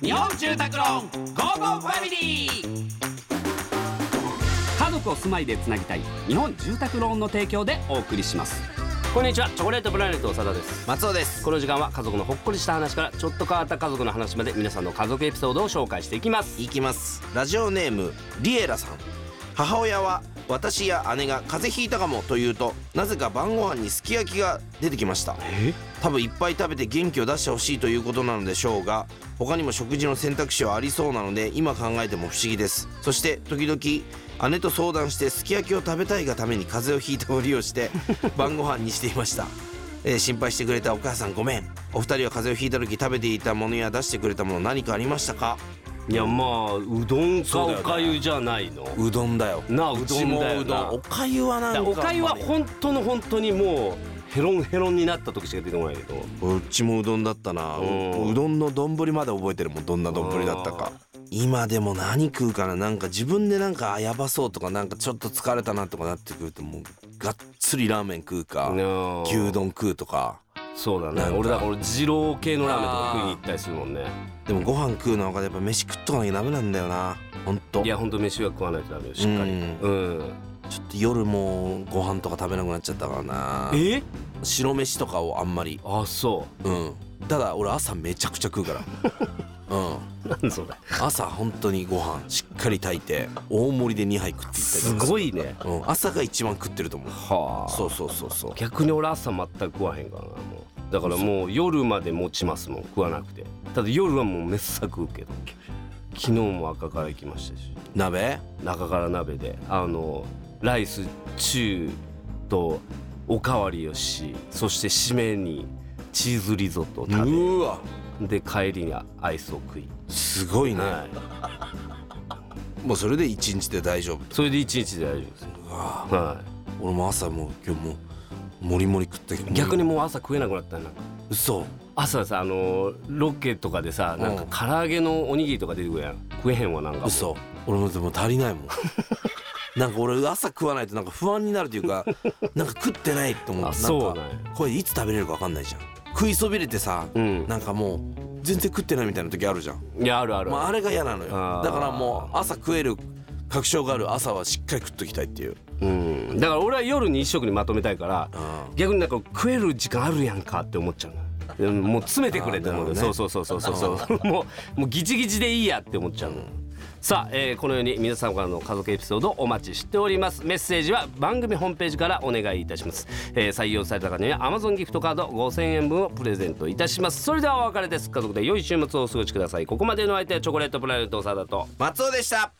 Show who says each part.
Speaker 1: 日本住宅ローンゴーゴーファミリー家族を住まいでつなぎたい日本住宅ローンの提供でお送りしますこんにちはチョコレートプラネット長田です
Speaker 2: 松尾です
Speaker 1: この時間は家族のほっこりした話からちょっと変わった家族の話まで皆さんの家族エピソードを紹介していきます
Speaker 2: いきますラジオネームリエラさん母親は私や姉が風邪ひいたかもというとなぜか晩ご飯にすき焼きが出てきました多分いっぱい食べて元気を出してほしいということなのでしょうが他にも食事の選択肢はありそうなので今考えても不思議ですそして時々姉と相談してすき焼きを食べたいがために風邪をひいたふりをして 晩ご飯にしていました、えー心配してくれたお母さんごめんお二人は風邪をひいた時食べていたものや出してくれたもの何かありましたか
Speaker 1: いやまあうどんか
Speaker 2: そう
Speaker 1: お
Speaker 2: だよね
Speaker 1: かゆじゃないの
Speaker 2: うどんだよ
Speaker 1: なあうどんだよな
Speaker 2: うちもうどんおかゆはなん
Speaker 1: だ
Speaker 2: か
Speaker 1: からおかゆは
Speaker 2: ほ
Speaker 1: 本当の本当にもうヘロンヘロンになった時しか出てこないけど
Speaker 2: うちもうどんだったな
Speaker 1: うん
Speaker 2: うどんの丼まで覚えてるもんどんな丼だったか今でも何食うかななんか自分でなんかあやばそうとかなんかちょっと疲れたなとかなってくるともうがっつりラーメン食うか
Speaker 1: なあ
Speaker 2: 牛丼食うとか
Speaker 1: そうだ
Speaker 2: なん
Speaker 1: ね
Speaker 2: か
Speaker 1: 俺だから俺二郎系のラーメンとか食いに行ったりするもんね
Speaker 2: でもご飯食うのはやっぱ飯食っとかなきゃダメなんだよなほんと
Speaker 1: い
Speaker 2: ちょ
Speaker 1: や本当飯は食わないとダメよしっかり
Speaker 2: う
Speaker 1: うん
Speaker 2: っと夜もうご飯とか食べなくなっちゃったからな
Speaker 1: え
Speaker 2: 白飯とかをあんまり
Speaker 1: あそ
Speaker 2: うんただ俺朝めちゃくちゃ食 うからうん
Speaker 1: うなんそれ
Speaker 2: 朝本当にご飯しっかり炊いて大盛りで2杯食っていったり
Speaker 1: す
Speaker 2: とか
Speaker 1: ごいね
Speaker 2: うん、朝が一番食ってると思う
Speaker 1: はあ
Speaker 2: そうそうそうそう
Speaker 1: 逆に俺朝全く食わへんからなもうだからもう夜まで持ちますもん食わなくてただ夜はもうめっさ食うけど昨日も赤から行きましたし
Speaker 2: 鍋
Speaker 1: 中から鍋であのライスチューとおかわりをしそして締めにチーズリゾットを
Speaker 2: う
Speaker 1: 食
Speaker 2: ーわ
Speaker 1: べで帰りにアイスを食い、
Speaker 2: すごいね、
Speaker 1: はい、
Speaker 2: もうそれで1日で大丈夫
Speaker 1: それで一日で大丈夫ですね、
Speaker 2: うわ
Speaker 1: は
Speaker 2: 俺も朝もう今日もうもりもり食ったけど
Speaker 1: い、逆にもう朝食えなくなったな
Speaker 2: 嘘
Speaker 1: 朝さあのロケとかでさなん
Speaker 2: うん
Speaker 1: か唐揚げのおにぎりとか出てくるやん食えへんわなんかもう
Speaker 2: 嘘俺もでも足りないもん なんか俺朝食わないとなんか不安になるとい うかなんか食ってないって思う
Speaker 1: あ
Speaker 2: なん
Speaker 1: そう
Speaker 2: か
Speaker 1: なんや
Speaker 2: これいつ食べれるか分かんないじゃん食いそびれてさ、
Speaker 1: うん
Speaker 2: なんかもう全然食ってないみたいな時あるじゃん
Speaker 1: いやあるある
Speaker 2: まあ、あれが嫌なのよ
Speaker 1: あー
Speaker 2: だからもう朝食える確証がある朝はしっかり食っときたいっていう、
Speaker 1: うん、だから俺は夜に一食にまとめたいから
Speaker 2: うん
Speaker 1: 逆になんか食える時間あるやんかって思っちゃうなでももう詰めてくれって思う、
Speaker 2: あーなる
Speaker 1: そ
Speaker 2: ほ
Speaker 1: うそうそうそうそうそう もうもうギチギチでいいやって思っちゃうの、さあ、えーこのように皆さんからの家族エピソードをお待ちしておりますメッセージは番組ホームページからお願いいたします、えー採用された方には Amazon ギフトカード5000円分をプレゼントいたしますそれではお別れです家族で良い週末をお過ごしくださいここまでのお相手はチョコレートプラネット長田と
Speaker 2: 松尾でした